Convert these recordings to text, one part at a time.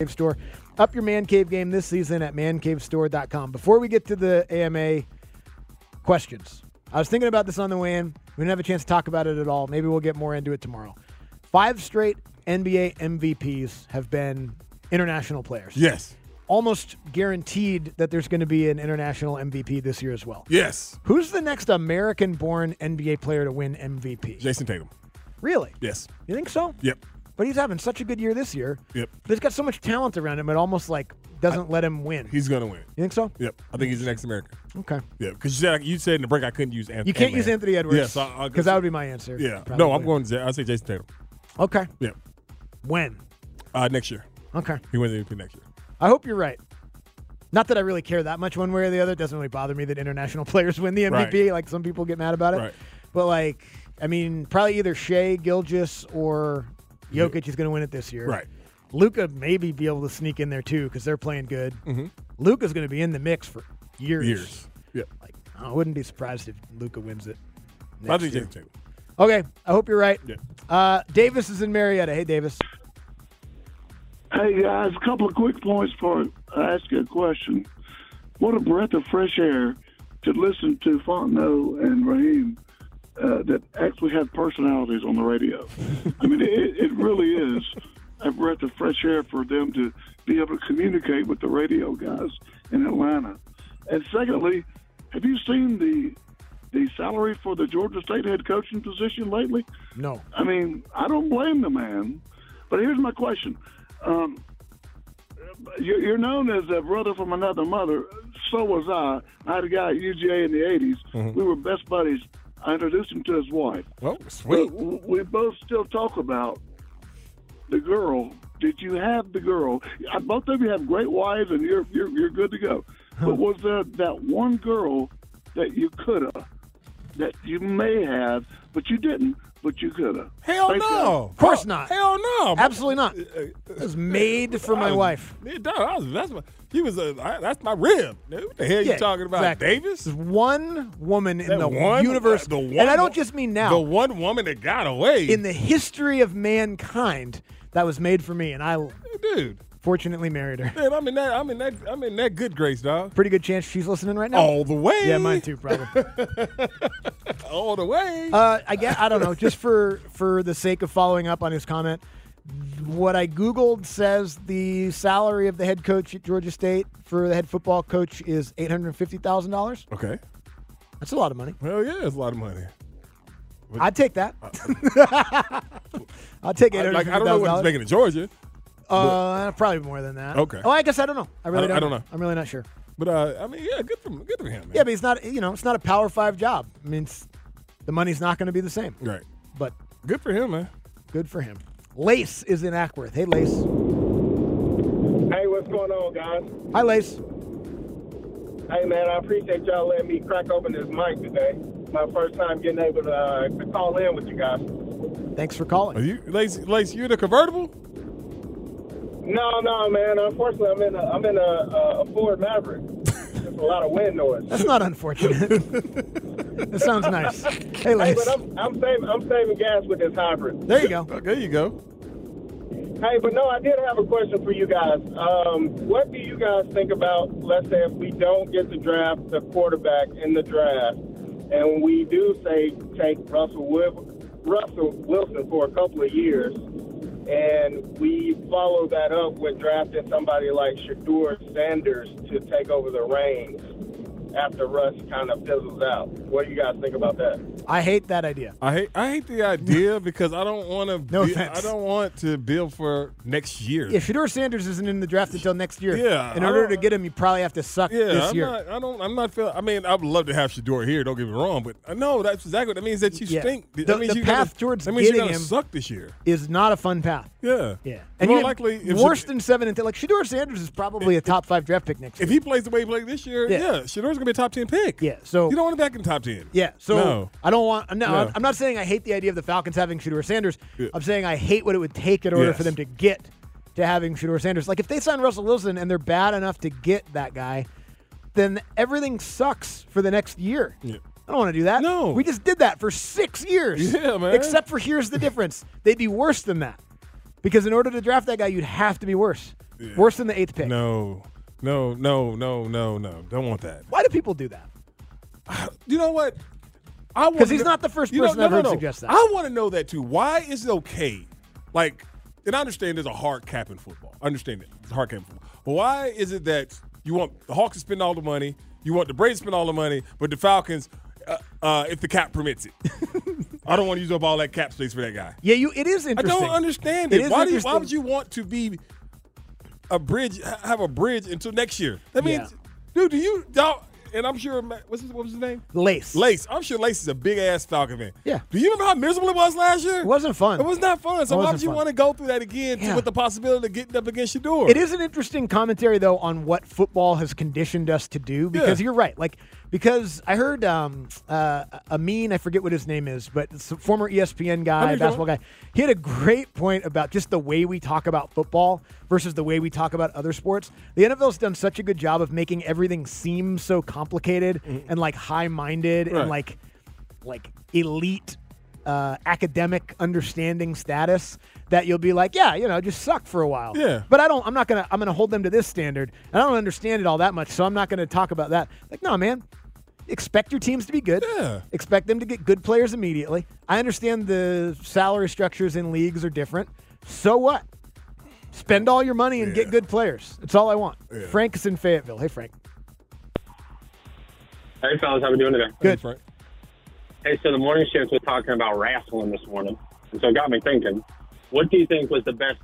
Cave Store. Up your man cave game this season at mancavestore.com. Before we get to the AMA questions, I was thinking about this on the way in. We didn't have a chance to talk about it at all. Maybe we'll get more into it tomorrow. Five straight NBA MVPs have been international players. Yes. Almost guaranteed that there's going to be an international MVP this year as well. Yes. Who's the next American born NBA player to win MVP? Jason Tatum. Really? Yes. You think so? Yep. But he's having such a good year this year. Yep. But he's got so much talent around him, it almost like doesn't let him win. He's gonna win. you think so? Yep. I think he's the next American. Okay. Yeah, because you said you said in the break I couldn't use Anthony. You can't use Anthony Edwards. Yes, I- I- because that would be my answer. Yeah. No, probably. I'm going. to I say Jason Tatum. Okay. Yeah. When? Uh, next year Okay. he wins the MVP next year. I hope you're right. Not that I really care that much one way or the other. It doesn't really bother me that international players win the MVP. Right. Like some people get mad about it. Right. But like, I mean, probably either Shea, Gilgis, or Jokic is going to win it this year. Right. Luca maybe be able to sneak in there too because they're playing good. Luca's going to be in the mix for years. Mm-hmm. Years. Yeah. Like, I wouldn't be surprised if Luca wins it. I next think year. Jason Tatum. Okay, I hope you're right. Yeah. Uh, Davis is in Marietta. Hey, Davis. Hey guys, a couple of quick points before I ask you a question. What a breath of fresh air to listen to Fontenot and Raheem uh, that actually have personalities on the radio. I mean, it, it really is a breath of fresh air for them to be able to communicate with the radio guys in Atlanta. And secondly, have you seen the the salary for the Georgia State head coaching position lately? No. I mean, I don't blame the man, but here's my question: um, you're, you're known as a brother from another mother. So was I. I had a guy at UGA in the '80s. We were best buddies. I introduced him to his wife. Well, We, sweet. we both still talk about the girl. Did you have the girl? Uh, Both of you have great wives, and you're you're, you're good to go. But was there that one girl that you could have, that you may have, but you didn't, but you could have? Hell no. Of course not. Hell no. Absolutely not. It was made for my uh, I was- wife. Yeah, dog, I was, that's my. He was a. I, that's my rib. dude. What the hell you talking about, exactly. Davis? There's one woman in That the one- universe, the one- and I don't just mean now. The one woman that got away. in the history of mankind, that was made for me, and I dude. fortunately married her. Man, I'm in that. I'm in that. I'm in that good grace, dog. Pretty good chance she's listening right now. All the way. Yeah, mine too, probably. All the way. Uh, I guess I don't know. Just for for the sake of following up on his comment, what I googled says the salary of the head coach at Georgia State for the head football coach is eight hundred fifty thousand dollars. okay. That's a lot of money. Well, yeah, it's a lot of money. I'd take that. I'll take Uh, I, eight hundred like, fifty I thousand don't know what he's dollars. making in Georgia, Uh, probably more than that. Okay. Oh, I guess I don't know. I really I don't- I don't know. I'm really not sure. but uh, I mean, yeah, good for good for him. Man. Yeah, but it's not. You know, it's not a Power Five job. I mean, it's, the money's not going to be the same. right. But Good for him, man. good for him. Lace is in Ackworth. Hey, Lace. Hey, what's going on, guys? Hi, Lace. Hey, man, I appreciate y'all letting me crack open this mic today. My first time getting able to, uh, to call in with you guys. Thanks for Are calling. you Oh. Lace? Lace, you in a convertible? No, no, man. Unfortunately, I'm in a, I'm in a, a Ford Maverick. There's a lot of wind noise. That's not unfortunate. that sounds nice. Hey, Hey, Lace. but I'm, I'm saving I'm saving gas with this hybrid. There you go. Oh, there you go. Hey, but no, I did have a question for you guys. Um, what do you guys think about, let's say, if we don't get to draft the quarterback in the draft, and we do say take Russell Wil- Russell Wilson for a couple of years, and we follow that up with drafting somebody like Shadur Sanders to take over the reins after Russ kind of fizzles out. What do you guys think about that? I hate that idea. I hate I hate the idea because I don't want to. No I offense. don't want to build for next year. Yeah, Shador Sanders isn't in the draft until next year. Yeah, In I order don't- to get him, you probably have to suck Yeah, this I'm year. not. I don't. I'm not feeling. I mean, I would love to have Shador here. Don't get me wrong, but uh, no, that's exactly. That means that you Yeah. stink. That The- means the you path gotta, towards that means you getting gotta him- suck this year. Is not a fun path. Yeah, Yeah. And you more have- likely, if worse Shad- than seven and ten. Like Shador Sanders is probably a top five draft pick next year. if he plays the way he played this year, Yeah. yeah, Shador's gonna be a top ten pick. Yeah, so- you don't want him back in the top ten. Yeah, so No. I don't want. No, I'm- No. I'm not saying I hate the idea of the Falcons having Shador Sanders. Yeah. I'm saying I hate what it would take in order Yes. for them to get to having Shador Sanders. Like if they sign Russell Wilson and they're bad enough to get that guy, then everything sucks for the next year. Yeah. I don't want to do that. No. we just did that for six years. Yeah, man. Except for here's the difference: they'd be worse than that because in order to draft that guy, you'd have to be worse, worse than the eighth pick. No, no, no, no, no, no. Don't want that. Why do people do that? You know what? I 'Cause he's not the first person ever to suggest that. I want to know that too. Why is it okay? Like, and I understand there's a hard cap in football. I understand it. It's a hard cap in football. But why is it that you want the Hawks to spend all the money, you want the Braves to spend all the money, but the Falcons, uh, uh, if the cap permits it, I don't want to use up all that cap space for that guy. Yeah, you. It is I interesting. don't understand It it. is why, do you, why interesting. would you want to be a bridge? ha- Have a bridge until next year? That Yeah. means, dude. Do you? Y'all, and I'm sure. Ma- What's his, what was his name? Lace. Lace. I'm sure Lace is a big ass Falcon fan. Yeah. Do you remember how miserable it was last year? It wasn't fun. It was not fun. So It why wasn't would you fun. want to go through that again to- Yeah. with the possibility of getting up against Shador? It is an interesting commentary though on what football has conditioned us to do because Yeah. you're right. Like because I heard um, uh, Amin, I forget what his name is, but it's a former E ESPN know guy, you're basketball guy. talking He had a great point about just the way we talk about football versus the way we talk about other sports. The NFL's done such a good job of making everything seem so complicated and like high-minded and Mm-hmm. Right. like like elite uh, academic understanding status that you'll be like, yeah, you know, just suck for a while. Yeah. But I don't. I'm not gonna. I'm gonna hold them to this standard, and I don't understand it all that much, so I'm not gonna talk about that. Like, no, man. Expect your teams to be good. Yeah. Expect them to get good players immediately. I understand the salary structures in leagues are different. So what? Spend all your money and get good players. It's all I want. Frank is in Fayetteville. Hey, Frank. Hey, fellas, how we doing today? Good. Right. Hey, so the morning shift was talking about wrestling this morning, and so it got me thinking. What do you think was the best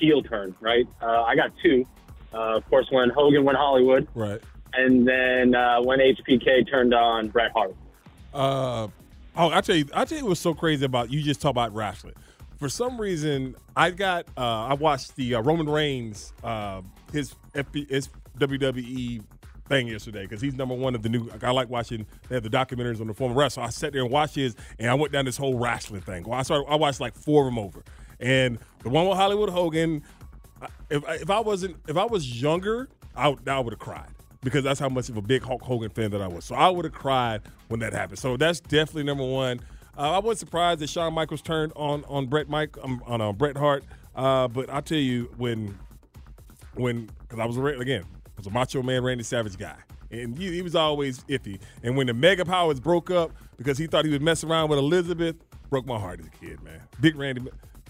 heel turn? Right, uh, I got two. Uh, of course, when Hogan went Hollywood, Right. and then uh, when HPK turned on Bret Hart. Uh, oh, I tell you, I tell you, what's so crazy about you just talk about wrestling. For some reason, I got uh, I watched the uh, Roman Reigns uh, his FB, his WWE thing yesterday because he's number one of the new. I like watching they have the documentaries on the former wrestler. I sat there and watched his, and I went down this whole wrestling thing. Well, I started, I watched like four of them over, and the one with Hollywood Hogan. I- If I- if I wasn't if I was younger, I would- I would have cried because that's how much of a big Hulk Hogan fan that I was. So I would have cried when that happened. So that's definitely number one. Uh, I was surprised that Shawn Michaels turned on on Bret Mike um, on uh, Bret Hart, uh, but I tell you when when because I was a re- again I was a Macho Man Randy Savage guy, and he, he was always iffy. And when the Mega Powers broke up because he thought he was messing around with Elizabeth, broke my heart as a kid, man. Big Randy,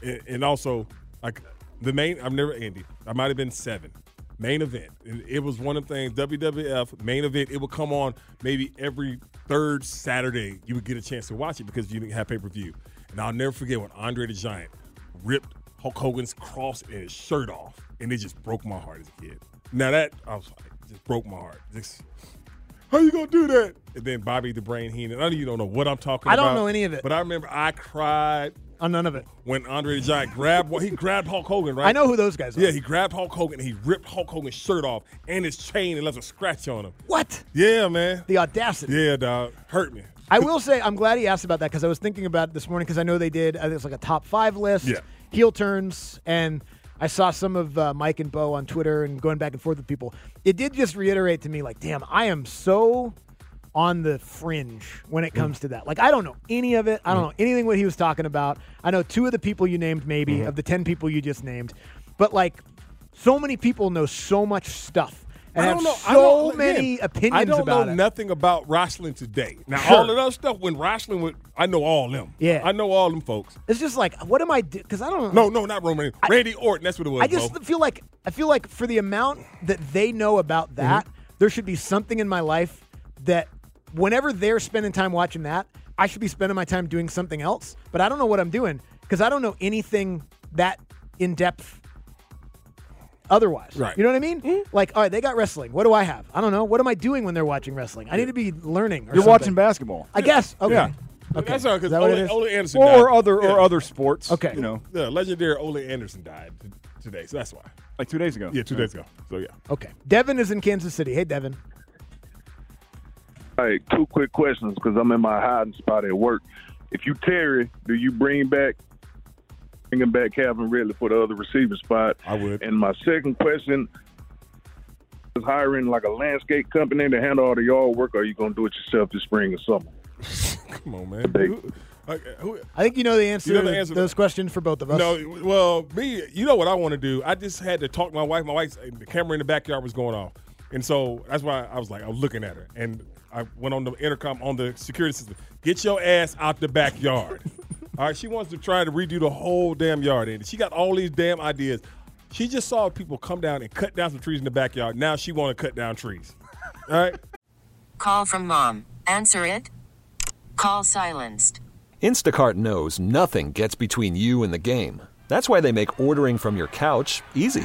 and, and also like the main. I've never Andy. I might have been seven. Main event. And it was one of the things WWF main event. It would come on maybe every third Saturday. You would get a chance to watch it because you didn't have pay per view. And I'll never forget when Andre the Giant ripped Hulk Hogan's cross and his shirt off, and it just broke my heart as a kid. Now that I was like, just broke my heart. Just how you gonna do that? And then Bobby the Brain Heenan. I know you don't know what I'm talking I about. don't know any of it. but I remember I cried On none of it. when Andre the Giant grabbed well, he grabbed Hulk Hogan, right? I know who those guys are. Yeah, he grabbed Hulk Hogan and he ripped Hulk Hogan's shirt off and his chain and left a scratch on him. What? Yeah, man. The audacity. Yeah, dog. Hurt me. I will say I'm glad he asked about that because I was thinking about it this morning because I know they did. I think it's like a top five list, Yeah. heel turns, and I saw some of uh, Mike and Bo on Twitter and going back and forth with people. It did just reiterate to me like, damn, I am so on the fringe when it Mm. comes to that. Like I don't know any of it. I don't know anything what he was talking about. I know two of the people you named maybe Mm-hmm. of the 10 people you just named. But like so many people know so much stuff and I have don't know. so I don't, again, many opinions I don't about know it. nothing about wrestling today. Now Sure. all of that stuff when wrestling, would, I know all them. Yeah. I know all them folks. It's just like, what am I? Because I don't know. No, no, not Roman. Reigns. Randy Orton. That's what it was. I just bro. feel like I feel like for the amount that they know Mm-hmm. about that, there should be something in my life that whenever they're spending time watching that, I should be spending my time doing something else. But I don't know what I'm doing because I don't know anything that in depth. Otherwise, Right. Mm-hmm. You know what I mean? Like, all right, they got wrestling. What do I have? I don't know. What am I doing when they're watching wrestling? I need to be learning. Or You're watching something. basketball I guess. Okay. Yeah. Okay. That's all Is because that what it Ole, is? Ole Anderson died. or other Yeah. or other sports. Okay. you know, The legendary Ole Anderson died t- today, so that's why. like two days ago. Yeah, two days ago. So yeah. Okay. Devin is in Kansas City. Hey, Devin. Hey, two quick questions because I'm in my hiding spot at work. If you tarry, do you bring back bringing back Calvin Ridley for the other receiver spot? I would. And my second question is hiring like a landscape company to handle all the yard work, or are you gonna do it yourself this spring or summer? Come on, man. Big. Who, uh, who, I think you know the answer, You know the to answer to those that. questions for both of us. no, well, me, you know what I want to do. I just had to talk to my wife. My wife's the camera in the backyard was going off, and so that's why I was like, I was looking at her, and I went on the intercom on the security system. Get your ass out the backyard. all right, she wants to try to redo the whole damn yard, and she got all these damn ideas. She just saw people come down and cut down some trees in the backyard. Now she want to cut down trees. All right. Call from mom. Answer it. Call silenced. Instacart knows nothing gets between you and the game. That's why they make ordering from your couch easy.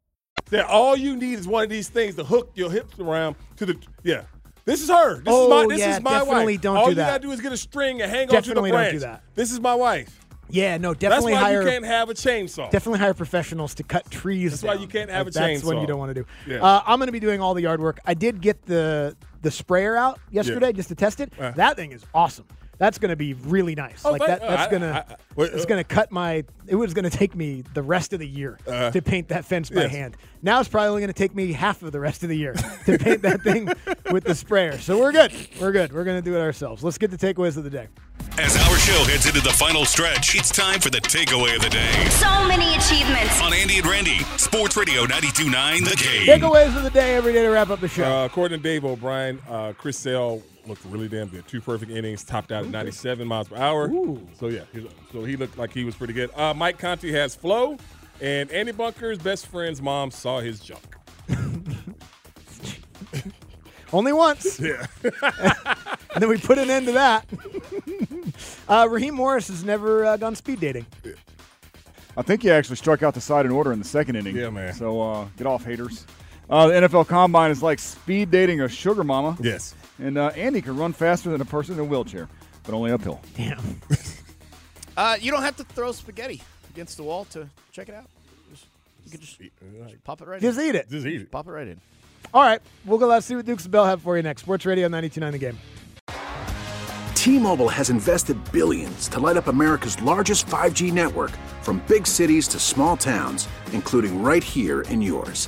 that all you need is one of these things to hook your hips around to the yeah. This is her. This Oh, is my this yeah, is my definitely wife. don't all do you that. gotta do is get a string and hang Definitely on to the don't branch. do that. This is my wife. Yeah, no, definitely that's why hire you can't have a chainsaw. definitely hire professionals to cut trees. That's why down. you can't have Like, a That's what chainsaw. you don't want to do. Yeah. Uh, I'm going to be doing all the yard work. I did get the the sprayer out yesterday just to test it. Uh. That thing is awesome. That's going to be really nice. Oh, like thank- that. That's I- gonna. I- I- wait, it's uh, gonna cut my. It was gonna take me the rest of the year to paint that fence by Uh-huh. yes. hand. Now it's probably only gonna take me half of the rest of the year to paint that thing with the sprayer. So we're good. We're good. We're gonna do it ourselves. Let's get the takeaways of the day. As our show heads into the final stretch, it's time for the takeaway of the day. So many achievements. On Andy and Randy, Sports Radio 929 The Game. Takeaways of the day every day to wrap up the show. Uh, according to Dave O'Brien, uh, Chris Sale looked really damn good. Two perfect innings, topped out at 97 miles per hour. So yeah, he- so he looked like he was pretty good. Uh, Mike Conti has flow, and Andy Bunker's best friend's mom saw his junk. Only once. Yeah. and then we put an end to that. uh, Raheem Morris has never uh, done speed dating. I think he actually struck out the side in order in the second inning. Yeah, man. So uh, get off haters. Uh, the NFL Combine is like speed dating a sugar mama. Yes. And uh, Andy can run faster than a person in a wheelchair, but only uphill. Damn. Uh, you don't have to throw spaghetti against the wall to check it out. Just- you can just, just pop it right Just in. eat it. This is easy. Pop it right in. All right. We'll go let's see what Dukes and Bell have for you next. Sports Radio 92.9 The Game. T-Mobile has invested billions to light up America's largest 5G network from big cities to small towns, including right here in yours.